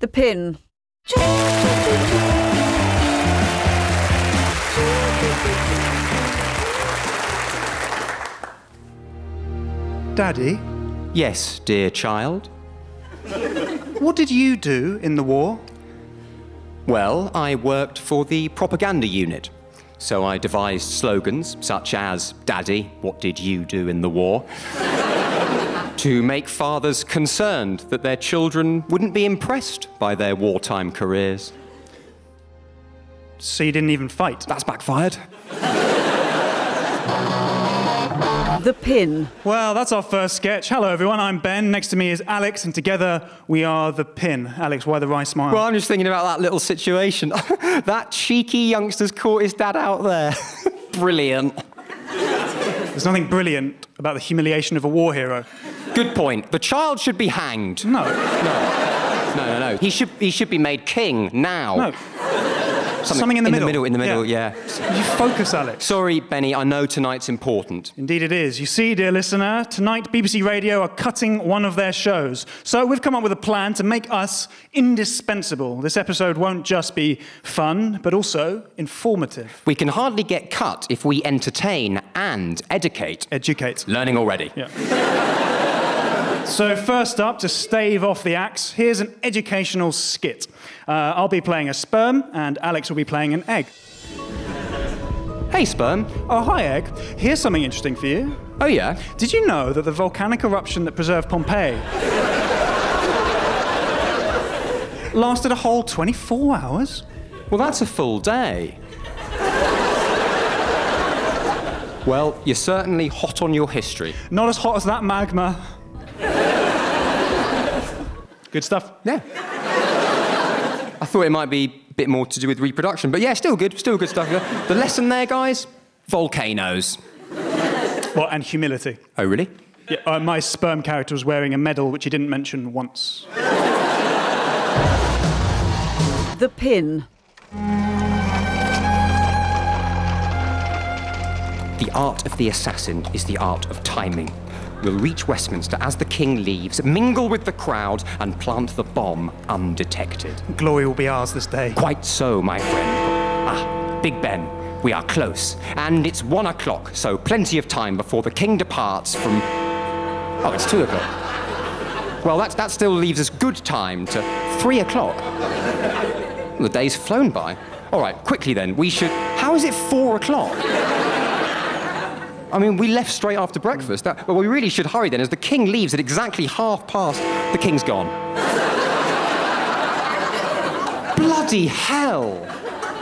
The pin. Daddy, Yes, dear child. what did you do in the war? Well, I worked for the propaganda unit. So I devised slogans such as, Daddy, what did you do in the war? to make fathers concerned that their children wouldn't be impressed by their wartime careers. So you didn't even fight. That's backfired. The pin. Well, that's our first sketch. Hello, everyone. I'm Ben. Next to me is Alex, and together we are the pin. Alex, why the wry smile? Well, I'm just thinking about that little situation. that cheeky youngster's caught his dad out there. Brilliant. There's nothing brilliant about the humiliation of a war hero. Good point. The child should be hanged. No. No, no, no. He should, he should be made king now. No. Oh. Something in the middle. In the middle, in the middle, Yeah. yeah. You focus, Alex. Sorry, Benny, I know tonight's important. Indeed, it is. You see, dear listener, tonight BBC Radio are cutting one of their shows. So we've come up with a plan to make us indispensable. This episode won't just be fun, but also informative. We can hardly get cut if we entertain and educate. Educate. Learning already. So, first up, to stave off the axe, here's an educational skit. Uh, I'll be playing a sperm, and Alex will be playing an egg. Hey, sperm. Oh, hi, egg. Here's something interesting for you. Oh, yeah. Did you know that the volcanic eruption that preserved Pompeii lasted a whole 24 hours? Well, that's a full day. well, you're certainly hot on your history. Not as hot as that magma. Good stuff. Yeah. I thought it might be a bit more to do with reproduction, but yeah, still good, still good stuff. The lesson there, guys volcanoes. Well, and humility. Oh, really? Yeah, uh, my sperm character was wearing a medal which he didn't mention once. The pin. The art of the assassin is the art of timing. We'll reach Westminster as the king leaves, mingle with the crowd, and plant the bomb undetected. Glory will be ours this day. Quite so, my friend. Ah, Big Ben, we are close, and it's one o'clock, so plenty of time before the king departs from. Oh, it's two o'clock. Well, that, that still leaves us good time to three o'clock. The day's flown by. All right, quickly then, we should. How is it four o'clock? I mean, we left straight after breakfast. That, well, we really should hurry then, as the king leaves at exactly half past. The king's gone. Bloody hell!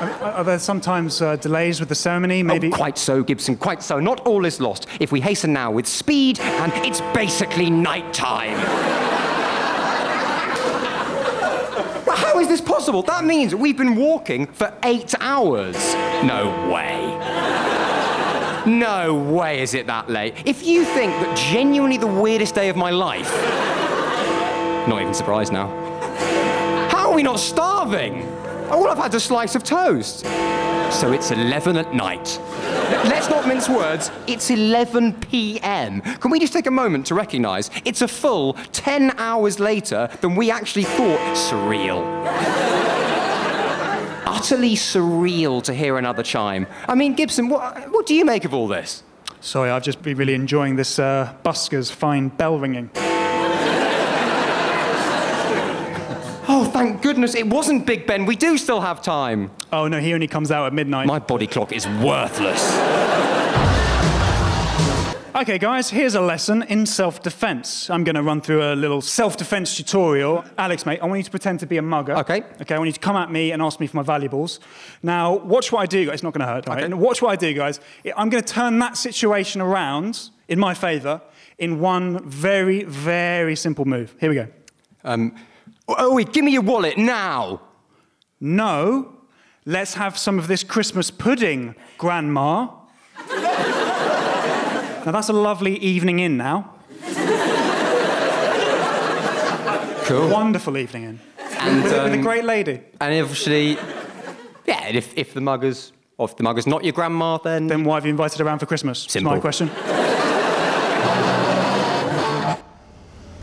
Are, are there sometimes uh, delays with the ceremony? Maybe. Oh, quite so, Gibson, quite so. Not all is lost if we hasten now with speed, and it's basically night time. Well, How is this possible? That means we've been walking for eight hours. No way. No way is it that late. If you think that genuinely the weirdest day of my life. Not even surprised now. How are we not starving? All I've had is a slice of toast. So it's 11 at night. L- Let's not mince words. It's 11 p.m. Can we just take a moment to recognise it's a full 10 hours later than we actually thought? Surreal. Utterly surreal to hear another chime. I mean, Gibson, what, what do you make of all this? Sorry, I've just been really enjoying this uh, busker's fine bell ringing. Oh, thank goodness it wasn't Big Ben. We do still have time. Oh no, he only comes out at midnight. My body clock is worthless. Okay, guys, here's a lesson in self defense. I'm going to run through a little self defense tutorial. Alex, mate, I want you to pretend to be a mugger. Okay. Okay, I want you to come at me and ask me for my valuables. Now, watch what I do, guys. It's not going to hurt, all right? Okay. And Watch what I do, guys. I- I'm going to turn that situation around in my favor in one very, very simple move. Here we go. Oh, wait, give me your wallet now. No, let's have some of this Christmas pudding, Grandma. now, that's a lovely evening in now. Cool. Wonderful evening in. And, With, a- with a um, great lady. And obviously, yeah. And if, if the mugger's or if the mugger's not your grandma, then, Then why have you invited her around for Christmas? That's Simple. my question.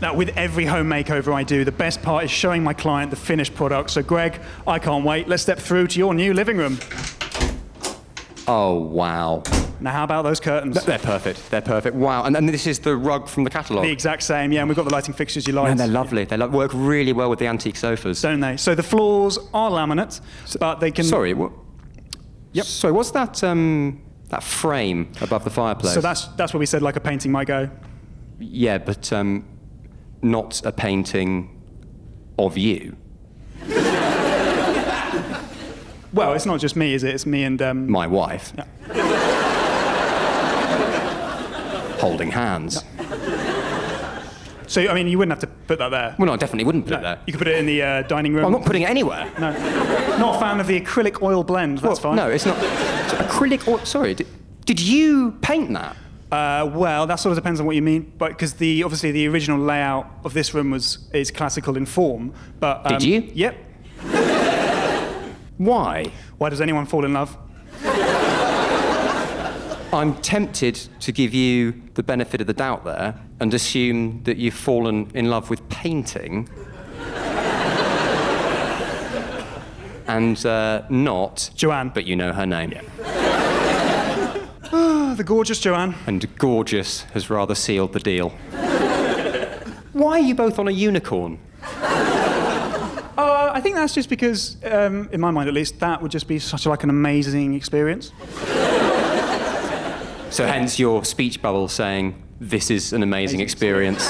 now, with every home makeover I do, the best part is showing my client the finished product. So, Greg, I can't wait. Let's step through to your new living room. Oh, wow. Now, how about those curtains? They're perfect. They're perfect. Wow. And, and this is the rug from the catalogue. The exact same, yeah. And we've got the lighting fixtures you like. and they're lovely. They lo- work really well with the antique sofas. don't they? So the floors are laminate, but they can. Sorry, what? Yep. Sorry, what's that? Um, that frame above the fireplace. So that's that's what we said. Like a painting might go. yeah, but um, not a painting of you. Well, it's not just me, is it? It's me and um, My wife. Holding hands. So I mean, you wouldn't have to put that there. Well, no, I definitely wouldn't put it No, there. You could put it in the uh, dining room. I'm not putting it anywhere. no. Not a fan of the acrylic oil blend. That's Well, fine. No, it's not. it's acrylic. Or, sorry, did, did you paint that? Uh, well, that sort of depends on what you mean, but because the obviously the original layout of this room was is classical in form. But um, Did you? Yep. Why? Why does anyone fall in love? I'm tempted to give you the benefit of the doubt there and assume that you've fallen in love with painting and uh, not Joanne. but you know her name. Oh, the gorgeous Joanne. And gorgeous has rather sealed the deal. Why are you both on a unicorn? Uh, I think that's just because, um, in my mind at least, that would just be such like an amazing experience. So hence your speech bubble saying this is an amazing experience.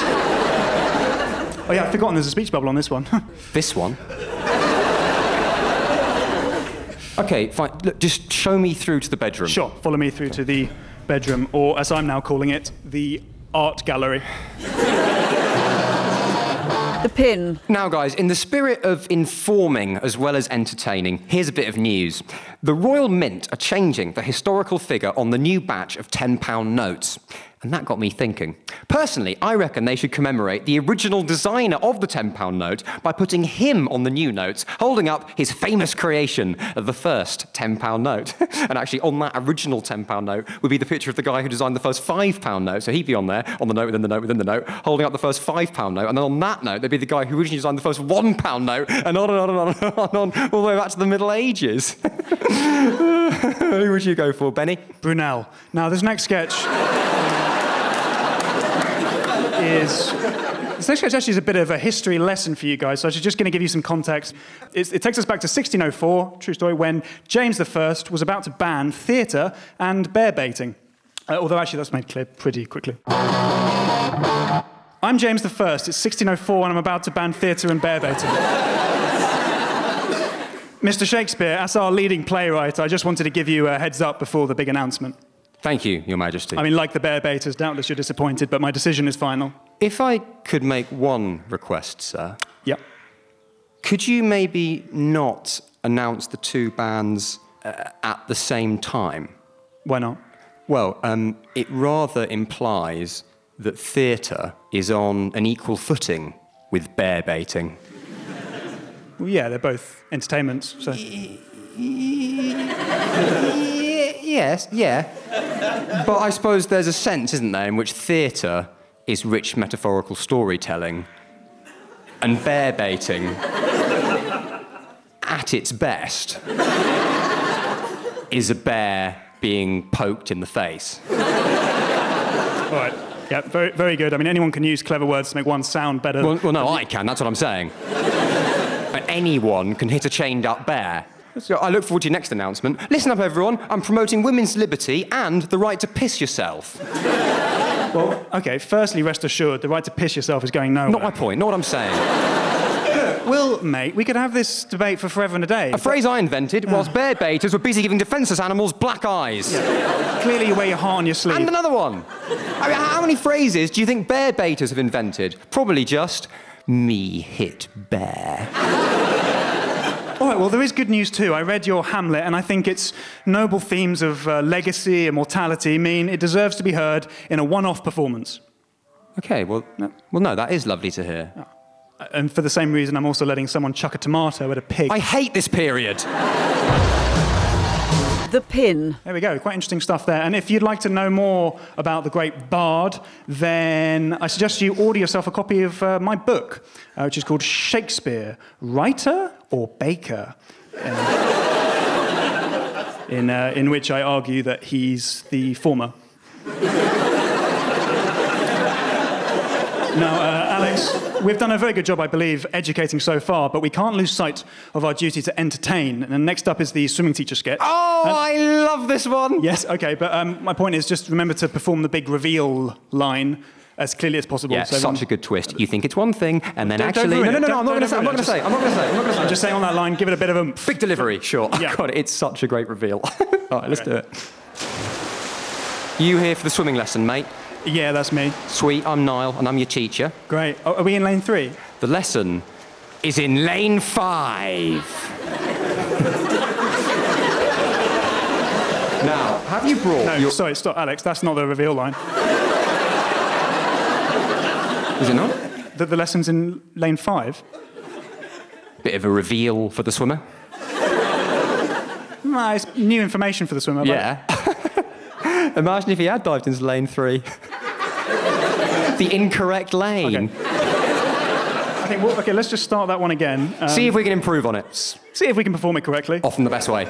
Oh yeah, I've forgotten there's a speech bubble on this one. This one. Okay, fine. Look, just show me through to the bedroom. sure, follow me through to the bedroom, or as I'm now calling it, the art gallery. the pin, Now, guys, in the spirit of informing as well as entertaining, here's a bit of news. The Royal Mint are changing the historical figure on the new batch of £10 notes. And that got me thinking. Personally, I reckon they should commemorate the original designer of the £10 note by putting him on the new notes, holding up his famous creation of the first £10 note. and actually, on that original £10 note would be the picture of the guy who designed the first £5 note. So he'd be on there, on the note, within the note, within the note, holding up the first £5 note. And then on that note, there'd be the guy who originally designed the first £1 note, and on and on and on and on, and on all the way back to the Middle Ages. who would you go for, Benny? Brunel. Now, this next sketch is. This next sketch actually is a bit of a history lesson for you guys, so I'm just going to give you some context. It's, it takes us back to 1604, true story, when James I was about to ban theatre and bear baiting. Uh, although, actually, that's made clear pretty quickly. I'm James I, it's 1604, and I'm about to ban theatre and bear baiting. Mr. Shakespeare, as our leading playwright, I just wanted to give you a heads up before the big announcement. Thank you, Your Majesty. I mean, like the bear baiters, doubtless you're disappointed, but my decision is final. if I could make one request, sir. Yep. Could you maybe not announce the two bands uh, at the same time? Why not? Well, um, it rather implies that theatre is on an equal footing with bear baiting. Well, yeah, they're both entertainments. So. yes, yeah. but I suppose there's a sense, isn't there, in which theatre is rich metaphorical storytelling and bear baiting at its best is a bear being poked in the face. All right. Yeah, very, very good. I mean, anyone can use clever words to make one sound better. Well, well, no, I can. That's what I'm saying. And anyone can hit a chained up bear. So I look forward to your next announcement. Listen up, everyone. I'm promoting women's liberty and the right to piss yourself. okay, firstly, rest assured, the right to piss yourself is going nowhere. Not my point, not what I'm saying. Well, mate, we could have this debate for forever and a day. A phrase I invented whilst bear baiters were busy giving defenceless animals black eyes. Clearly, you wear your heart on your And sleeve. another one. I mean, how many phrases do you think bear baiters have invented? Probably just me hit bear. All right, well, there is good news too. I read your Hamlet, and I think its noble themes of uh, legacy and mortality mean it deserves to be heard in a one off performance. Okay, well, well, no, that is lovely to hear. And for the same reason, I'm also letting someone chuck a tomato at a pig. I hate this period. the pin, There we go, quite interesting stuff there. And if you'd like to know more about the great bard, then I suggest you order yourself a copy of uh, my book, uh, which is called Shakespeare Writer or Baker? Um, in, uh, in which I argue that he's the former. Now, uh, Alex, we've done a very good job, I believe, educating so far, but we can't lose sight of our duty to entertain. And next up is the swimming teacher sketch. Oh, I love this one. Yes, okay, but um, my point is just remember to perform the big reveal line as clearly as possible. Yeah, So such everyone- a good twist. You think it's one thing, and then Don't- don't actually, ruin no, it. no, no, Don't- I'm not going to don't say. ruin it. I'm not going to say. I'm not going to say. I'm not going to say. I'm just saying on that line, give it a bit of oomph. Big delivery, sure. Yeah. God, it's such a great reveal. All right, let's Okay. do it. You here for the swimming lesson, mate? Yeah, that's me. Sweet, I'm Niall, and I'm your teacher. Great. Oh, are we in lane three? The lesson is in lane five. now, have you brought No, your... Oh, sorry, stop, Alex. That's not the reveal line. Is it not? The, the lesson's in lane five? Bit of a reveal for the swimmer. No, it's new information for the swimmer. but- Yeah. Imagine if he had dived into lane three. the incorrect lane. I think, well, okay, let's just start that one again. Uh, See if we can improve on it. see if we can perform it correctly. Often the best way.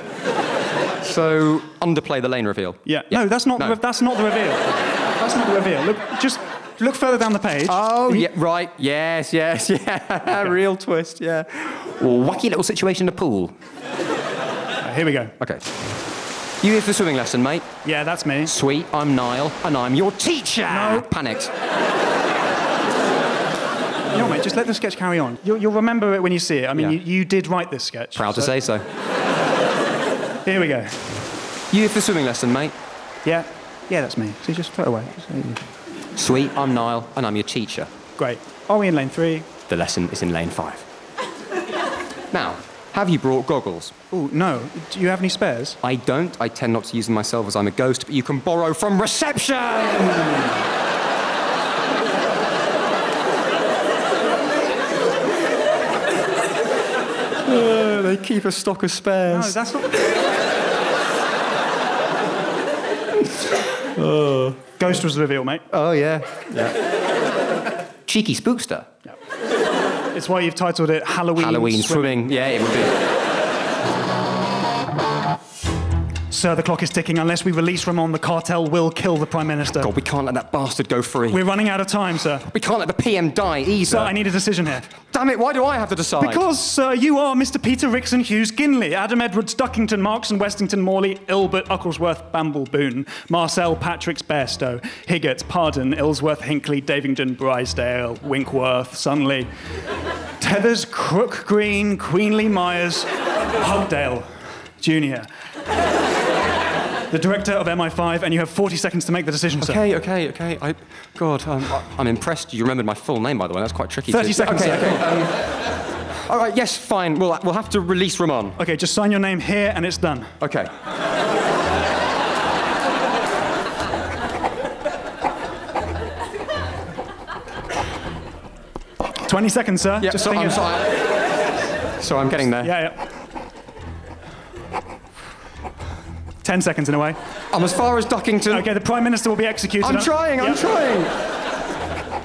So, underplay the lane reveal. Yeah. No, that's not, No. The, that's not the reveal. That's not the reveal. Look, just look further down the page. Oh, yeah, right. Yes, yes, yeah. Real twist, yeah. Wacky little situation in the pool. Uh, here we go. Okay. You here for the swimming lesson, mate? Yeah, that's me. Sweet, I'm Niall, and I'm your teacher. No. Panicked. No, mate, just let the sketch carry on. You'll, you'll remember it when you see it. I mean, Yeah. you, you did write this sketch. Proud to so- say so. Here we go. You here for the swimming lesson, mate? Yeah, yeah, that's me. See, just throw it away. Just- Sweet, I'm Niall, and I'm your teacher. Great. Are we in lane three? The lesson is in lane five. now, have you brought goggles? Oh, no. Do you have any spares? I don't. I tend not to use them myself as I'm a ghost, but you can borrow from reception! Uh, they keep a stock of No, spares. that's not. Ghost was the reveal, mate. oh, yeah. Cheeky spookster. It's why you've titled it Halloween. Halloween Swim- swimming. Yeah, it would be. Sir, the clock is ticking. Unless we release Ramon, the cartel will kill the Prime Minister. God, Oh, we can't let that bastard go free. We're running out of time, sir. we can't let the PM die either. Sir, I need a decision here. Damn it, why do I have to decide? Because, sir, you are Mr. Peter Rickson Hughes Ginley, Adam Edwards Duckington Markson Westington Morley, Ilbert Ucklesworth Bamble Boone, Marcel Patrick's Bairstow, Higgett Pardon, Ilsworth Hinckley Davington Brysdale, Winkworth Sunley, Tethers Crook Green, Queenly Myers, Hogdale Jr. The director of MI5, and you have 40 seconds to make the decision, sir. Okay, okay, okay. I, God, I'm, I'm impressed. You remembered my full name, by the way. That's quite tricky. 30 to- seconds, Okay, sir. okay. um, all right. Yes, fine. We'll we'll have to release Ramon. Okay, just sign your name here, and it's done. Okay. Twenty seconds, sir. Yeah. Just so, think I'm it- sorry. So I'm getting there. Yeah, yeah. Ten seconds in a way. I'm as far as Duckington. Okay, the Prime Minister will be executed. I'm Uh, trying. I'm yeah. trying.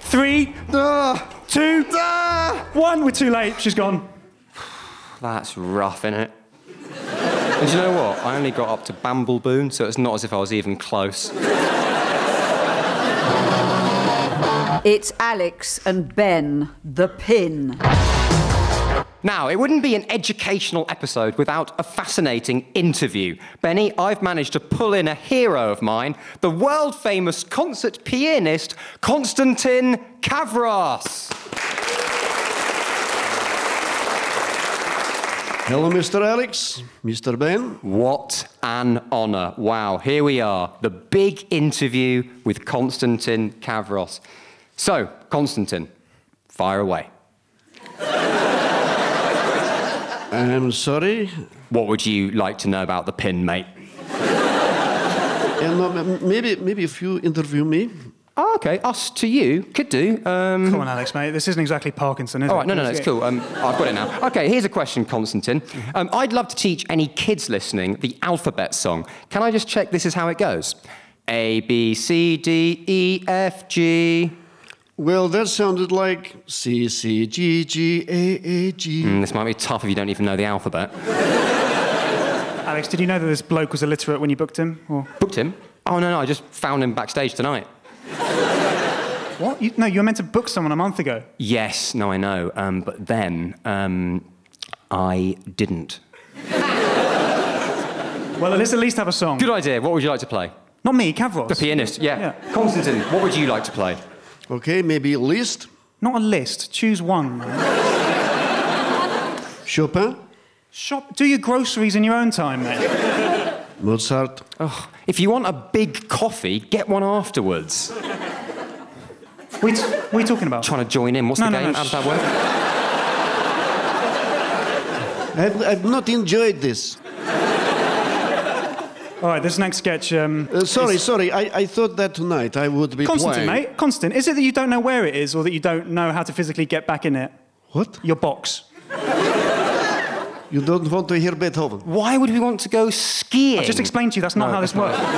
Three, Ah, two, ah. one. We're too late. She's gone. Mm-hmm. That's rough, innit? And do you know what? I only got up to Bamble Boone, so it's not as if I was even close. it's Alex and Ben, the pin. Now, it wouldn't be an educational episode without a fascinating interview. Benny, I've managed to pull in a hero of mine, the world famous concert pianist, Konstantin Kavras. Hello, Mr. Alex, Mr. Ben. What an honour. Wow, here we are, the big interview with Konstantin Kavros. So, Konstantin, fire away. I'm sorry. What would you like to know about the pin, mate? And, uh, m- maybe, maybe if you interview me, Oh, okay, us to you could do. Um, Come on, Alex, mate. This isn't exactly Parkinson, is it? all right, no, no, no, it's cool. Um, I've got it now. Okay, here's a question, Constantine. Um, I'd love to teach any kids listening the alphabet song. Can I just check this is how it goes? A, B, C, D, E, F, G. Well, that sounded like C C G G A A G. Mm, This might be tough if you don't even know the alphabet. Alex, did you know that this bloke was illiterate when you booked him? Or Booked him? Oh, no, no, I just found him backstage tonight. what? You, no, you were meant to book someone a month ago. Yes, no, I know. Um, but then um, I didn't. Well, let's at least have a song. Good idea. What would you like to play? Not me, Cavros. The pianist, yeah. Yeah. Constantine, what would you like to play? Okay, maybe Liszt, Not a list. Choose one. man. Chopin, Shop. Do your groceries in your own time, mate. Mozart. Oh, if you want a big coffee, get one afterwards. We t- what are you talking about? Trying to join in. What's No, the no, game? no, How does sh- that work? I've, I've not enjoyed this. All right, this next sketch. Um, Uh, sorry, sorry. I, I thought that tonight I would be Constantine, playing. mate. Constant. Is it that you don't know where it is, or that you don't know how to physically get back in it? What? Your box. You don't want to hear Beethoven? Why would we want to go skiing? Just explain to you that's not No, how this that's works.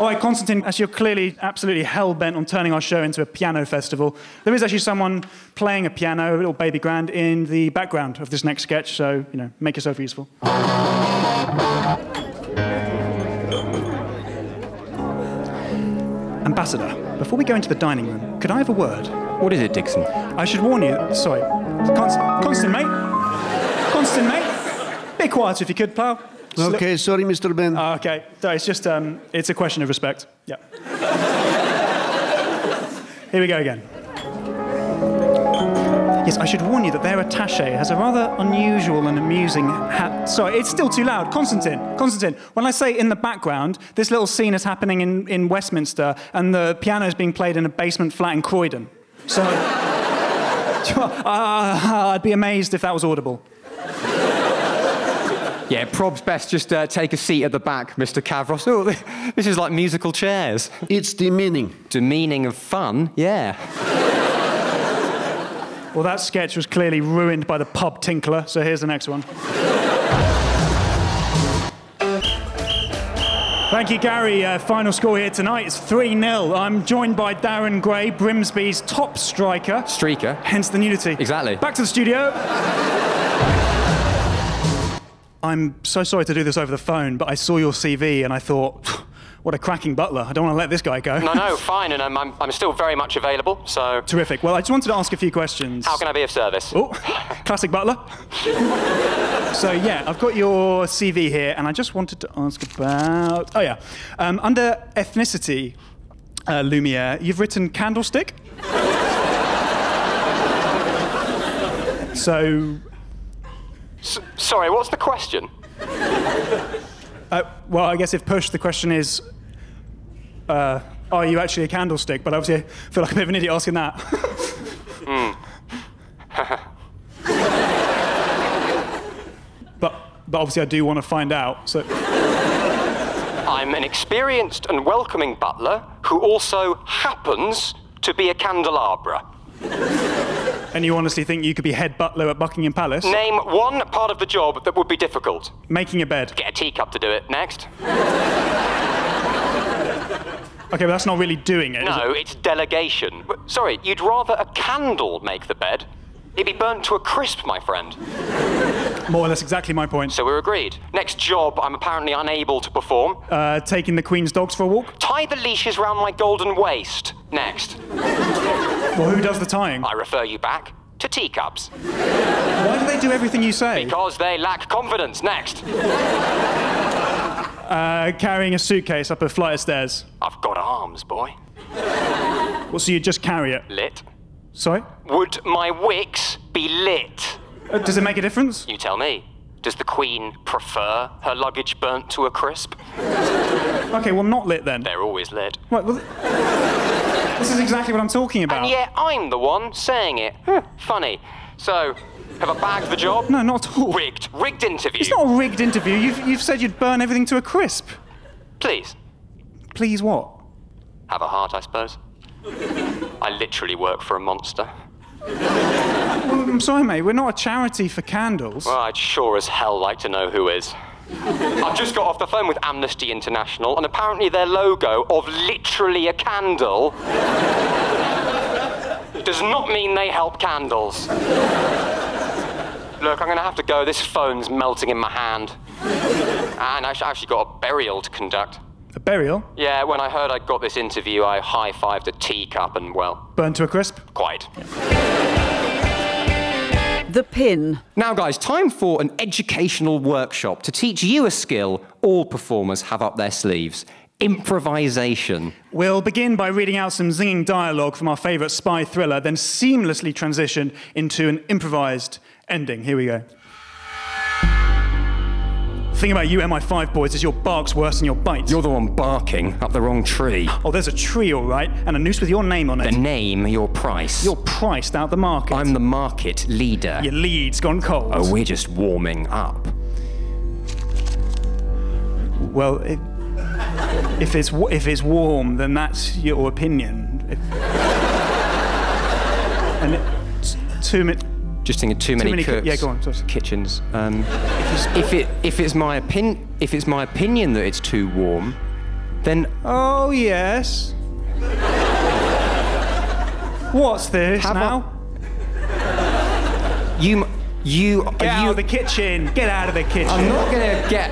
All right, Constantine, as you're clearly absolutely hell bent on turning our show into a piano festival, there is actually someone playing a piano, a little baby grand, in the background of this next sketch, so, you know, make yourself useful. Ambassador, before we go into the dining room, could I have a word? What is it, Dixon? I should warn you. Sorry. Const- Constant, mate. Constant, mate. Be quiet if you could, pal. Sli- Okay, sorry, Mr. Ben. Ah, okay. So it's just um, it's a question of respect. Yeah. Here we go again. Yes, I should warn you that their attaché has a rather unusual and amusing hat. Sorry, it's still too loud. Constantine, Constantine, when I say in the background, this little scene is happening in, in Westminster and the piano is being played in a basement flat in Croydon. So, Ah, I'd be amazed if that was audible. Yeah, prob's best just uh, take a seat at the back, Mr. Cavros. Oh, this is like musical chairs. It's the meaning. Demeaning of fun, yeah. Well, that sketch was clearly ruined by the pub tinkler, so here's the next one. Thank you, Gary. Uh, final score here tonight is 3 0. I'm joined by Darren Gray, Brimsby's top striker, Streaker. hence the nudity. Exactly. Back to the studio. I'm so sorry to do this over the phone, but I saw your CV and I thought, what a cracking butler. I don't want to let this guy go. No, no, fine, and I'm, I'm, I'm still very much available, so Terrific. Well, I just wanted to ask a few questions. how can I be of service? Oh, classic butler. so yeah, I've got your CV here, and I just wanted to ask about. Oh yeah, um, under ethnicity, uh, Lumiere, you've written candlestick. so, Sorry, what's the question? uh, well, I guess if pushed, the question is. Uh, are you actually a candlestick? But obviously, I feel like a bit of an idiot asking that. Hmm. but, but obviously, I do want to find out. So, I'm an experienced and welcoming butler who also happens to be a candelabra. And you honestly think you could be head butler at Buckingham Palace? Name one part of the job that would be difficult. Making a bed. Get a teacup to do it. Next. Okay, but that's not really doing it. is No, it's delegation. W- Sorry, you'd rather a candle make the bed? It'd be burnt to a crisp, my friend. it? More or less exactly my point. So we're agreed. Next job, I'm apparently unable to perform. Uh, taking the Queen's dogs for a walk? Tie the leashes round my golden waist. Next. Well, who does the tying? I refer you back to teacups. Why do they do everything you say? Because they lack confidence. Next. Uh, carrying a suitcase up a flight of stairs. I've got arms, boy. Well, so you just carry it? Lit. Sorry? Would my wicks be lit? Uh, does it make a difference? You tell me. Does the Queen prefer her luggage burnt to a crisp? Okay, well, not lit then. They're always lit. Right, well, th- this is exactly what I'm talking about. And yet I'm the one saying it. Hmm, Funny. So, have I bagged the job? No, not at all. Rigged. Rigged interview. It's not a rigged interview. You've, you've said you'd burn everything to a crisp. Please. Please, what? Have a heart, I suppose. I literally work for a monster. I'm sorry, mate. We're not a charity for candles. Well, I'd sure as hell like to know who is. I've just got off the phone with Amnesty International, and apparently their logo of literally a candle does not mean they help candles. Look, I'm going to have to go. This phone's melting in my hand. And I've actually got a burial to conduct. A burial, Yeah, when I heard I'd got this interview, I high fived a teacup and, well, burned to a crisp. quite. The pin. Now, guys, time for an educational workshop to teach you a skill all performers have up their sleeves improvisation. We'll begin by reading out some zinging dialogue from our favourite spy thriller, then seamlessly transition into an improvised ending. Here we go. The thing about you MI5 boys is your bark's worse than your bite. You're the one barking up the wrong tree. oh, there's a tree, all right, and a noose with your name on it. The name, your price. You're priced out the market. I'm the market leader. Your lead's gone cold. Oh, we're just warming up. Well, it, if it's wa- if it's warm, then that's your opinion. If, and it, two minutes. Just thinking too many, many coo- cooks. yeah, go on, sorry. Kitchens. Um, if it if it's my opin if it's my opinion that it's too warm, then Oh yes. What's this Have now? you m- you Get are out you. of the kitchen. Get out of the kitchen. I'm not gonna get.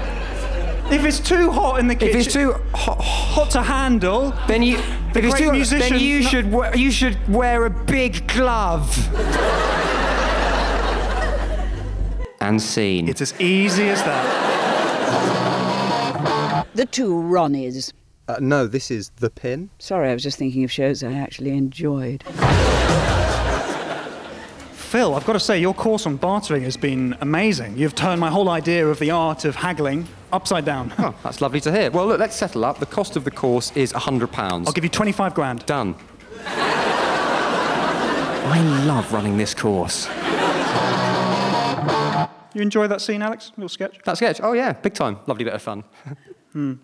if it's too hot in the If kitchen, it's too hot, hot to handle, then you. if it's great too musician- then you no- should wear, you should wear a big glove. and scene. it's as easy as that. The two Ronnies. Uh, no, this is The Pin. Sorry, I was just thinking of shows I actually enjoyed. Phil, I've got to say, your course on bartering has been amazing. You've turned my whole idea of the art of haggling upside down. Oh, that's lovely to hear. Well, look, let's settle up. The cost of the course is £100. I'll give you 25 grand. Done. I love running this course. You enjoy that scene, Alex? Little sketch? That sketch? Oh, yeah, big time. Lovely bit of fun. I'm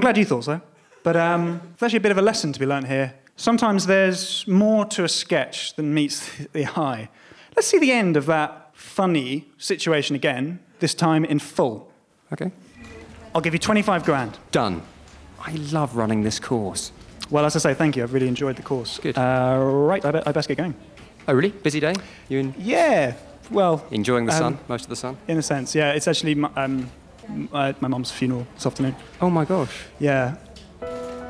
glad you thought so. But um, there's actually a bit of a lesson to be learnt here. Sometimes there's more to a sketch than meets the eye. Let's see the end of that funny situation again, this time in full. Okay. I'll give you 25 grand. Done. I love running this course. Well, as I say, thank you. I've really enjoyed the course. Good. Uh, right, I, be- I best get going. Oh, really? Busy day? You en- Yeah, well. enjoying the um, sun? Most of the sun? In a sense, yeah. It's actually my, um, m- uh, my mum's funeral this afternoon. Oh, my gosh. Yeah.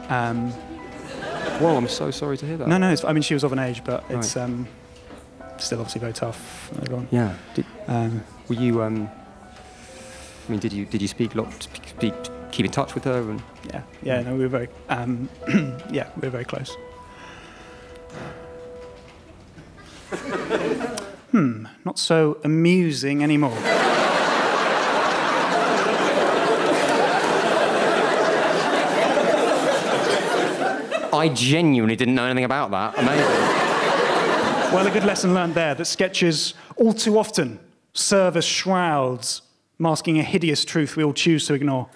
Um, Whoa, I'm so sorry to hear that. No, no. It's, I mean, she was of an age, but it's Right. um, still obviously very tough. for Everyone. Yeah. Did, Um, were you, um, I mean, did you, did you speak a lot, speak, speak, keep in touch with her? And, yeah, yeah. No, we were very, um, yeah, we were very close. hmm, not so amusing anymore. I genuinely didn't know anything about that. Amazing. Well, a good lesson learned there that sketches all too often serve as shrouds, masking a hideous truth we all choose to ignore.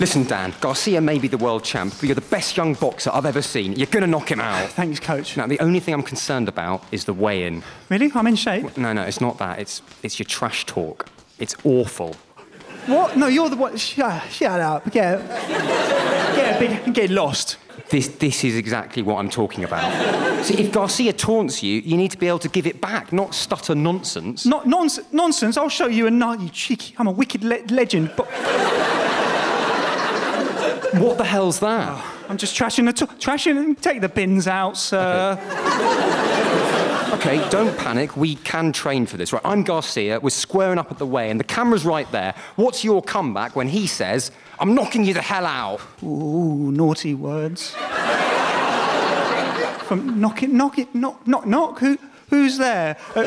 Listen, Dan, Garcia may be the world champ, but you're the best young boxer I've ever seen. You're going to knock him out. Thanks, coach. Now, the only thing I'm concerned about is the weigh-in. Really? I'm in shape. No, no, it's not that. It's it's your trash talk. It's awful. What? No, you're the one. Shut, shut up. Get, get, big, get lost. This this is exactly what I'm talking about. See, if Garcia taunts you, you need to be able to give it back, not stutter nonsense. Not nons- nonsense. I'll show you a night, you cheeky. I'm a wicked le- legend, but What the hell's that? I'm just trashing the t- trashing. and Take the bins out, sir. Okay, don't panic. We can train for this, right? I'm Garcia. We're squaring up at the weigh-in. The camera's right there. What's your comeback when he says, "I'm knocking you the hell out"? Ooh, naughty words. From knock it, knock it, knock, knock, knock. Who? Who's there? Uh,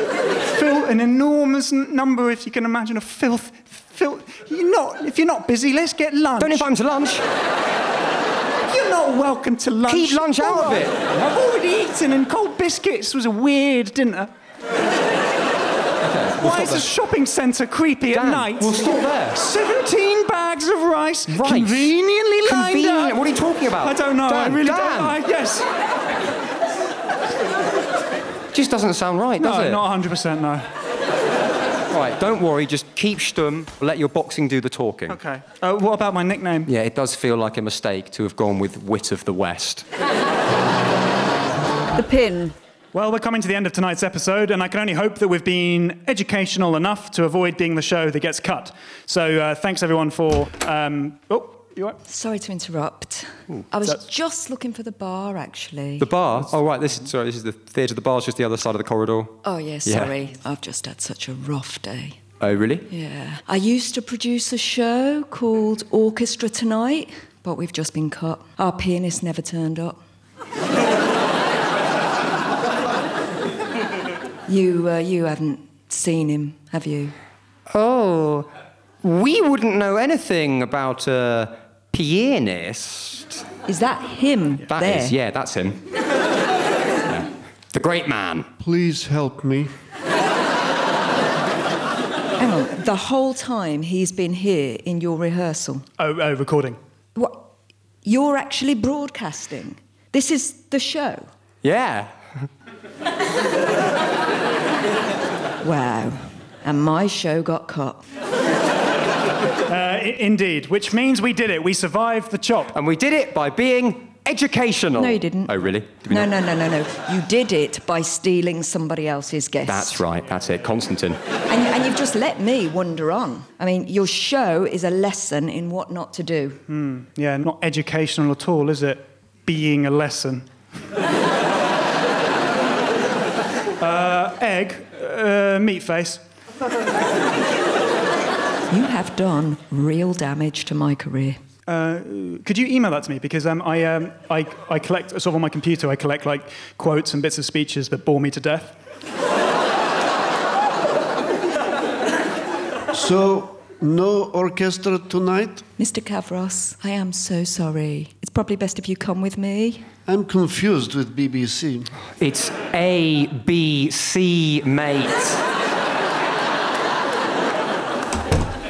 Phil, an enormous n- number, if you can imagine a filth. Filth. You're not. If you're not busy, let's get lunch. Don't invite him to lunch. You're not welcome to lunch. Keep lunch out of it. I've already eaten, and cold biscuits was a weird dinner. Why stop is a there. shopping centre creepy Dan, at night? we'll stop there. 17 bags of rice, Rice. conveniently lined Convenient. up. What are you talking about? I don't know. I Dan, really Dan. don't know. Yes. Just doesn't sound right, does no, it? not 100%, no. Right, don't worry, just keep stum, let your boxing do the talking. Okay. Uh, what about my nickname? Yeah, it does feel like a mistake to have gone with Wit of the West. The pin. Well, we're coming to the end of tonight's episode, and I can only hope that we've been educational enough to avoid being the show that gets cut. So uh, thanks, everyone, for. Um, oh, you all right? Sorry to interrupt. I was just looking for the bar, actually. The bar? Oh, right, this is, sorry, this is the theatre. The bar's just the other side of the corridor. oh, yeah, Yeah. sorry. I've just had such a rough day. Oh, really? Yeah. I used to produce a show called Orchestra Tonight, but we've just been cut. Our pianist never turned up. you, uh, you haven't seen him, have you? Oh, we wouldn't know anything about a pianist. Is that him That is, there? yeah, that's him. Yeah. The great man. Please help me. Hang on. The whole time he's been here in your rehearsal. Oh, oh, recording. What? You're actually broadcasting. This is the show. Yeah. Wow. And my show got cut. Uh, i- indeed, which means we did it. We survived the chop. And we did it by being educational. No, you didn't. Oh, really? Did we No, not? no, no, no, no. You did it by stealing somebody else's guest. That's right, that's it. Constantine. And, and you've just let me wander on. I mean, your show is a lesson in what not to do. Yeah, not educational at all, is it? Being a lesson. uh, egg, uh, meat face. You have done real damage to my career. Could you email that to me? Because um, I, um, I, I collect, sort of on my computer, I collect like quotes and bits of speeches that bore me to death. So, no orchestra tonight? Mr. Kavros, I am so sorry. It's probably best if you come with me. I'm confused with BBC. It's A, B, C, mate.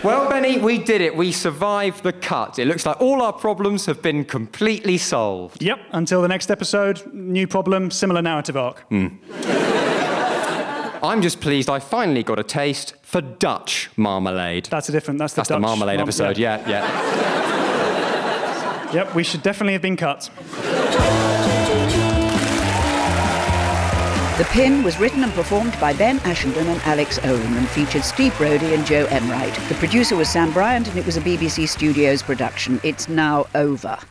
well, Benny, we did it. We survived the cut. It looks like all our problems have been completely solved. Yep, until the next episode, new problem, similar narrative arc. I'm just pleased I finally got a taste for Dutch marmalade. That's a different, that's the That's the Dutch marmalade marm- episode, yeah, yeah. Yep, we should definitely have been cut. The Pin was written and performed by Ben Ashenden and Alex Owen and featured Steve Brody and Joe Enright. The producer was Sam Bryant and it was a BBC Studios production. It's now over.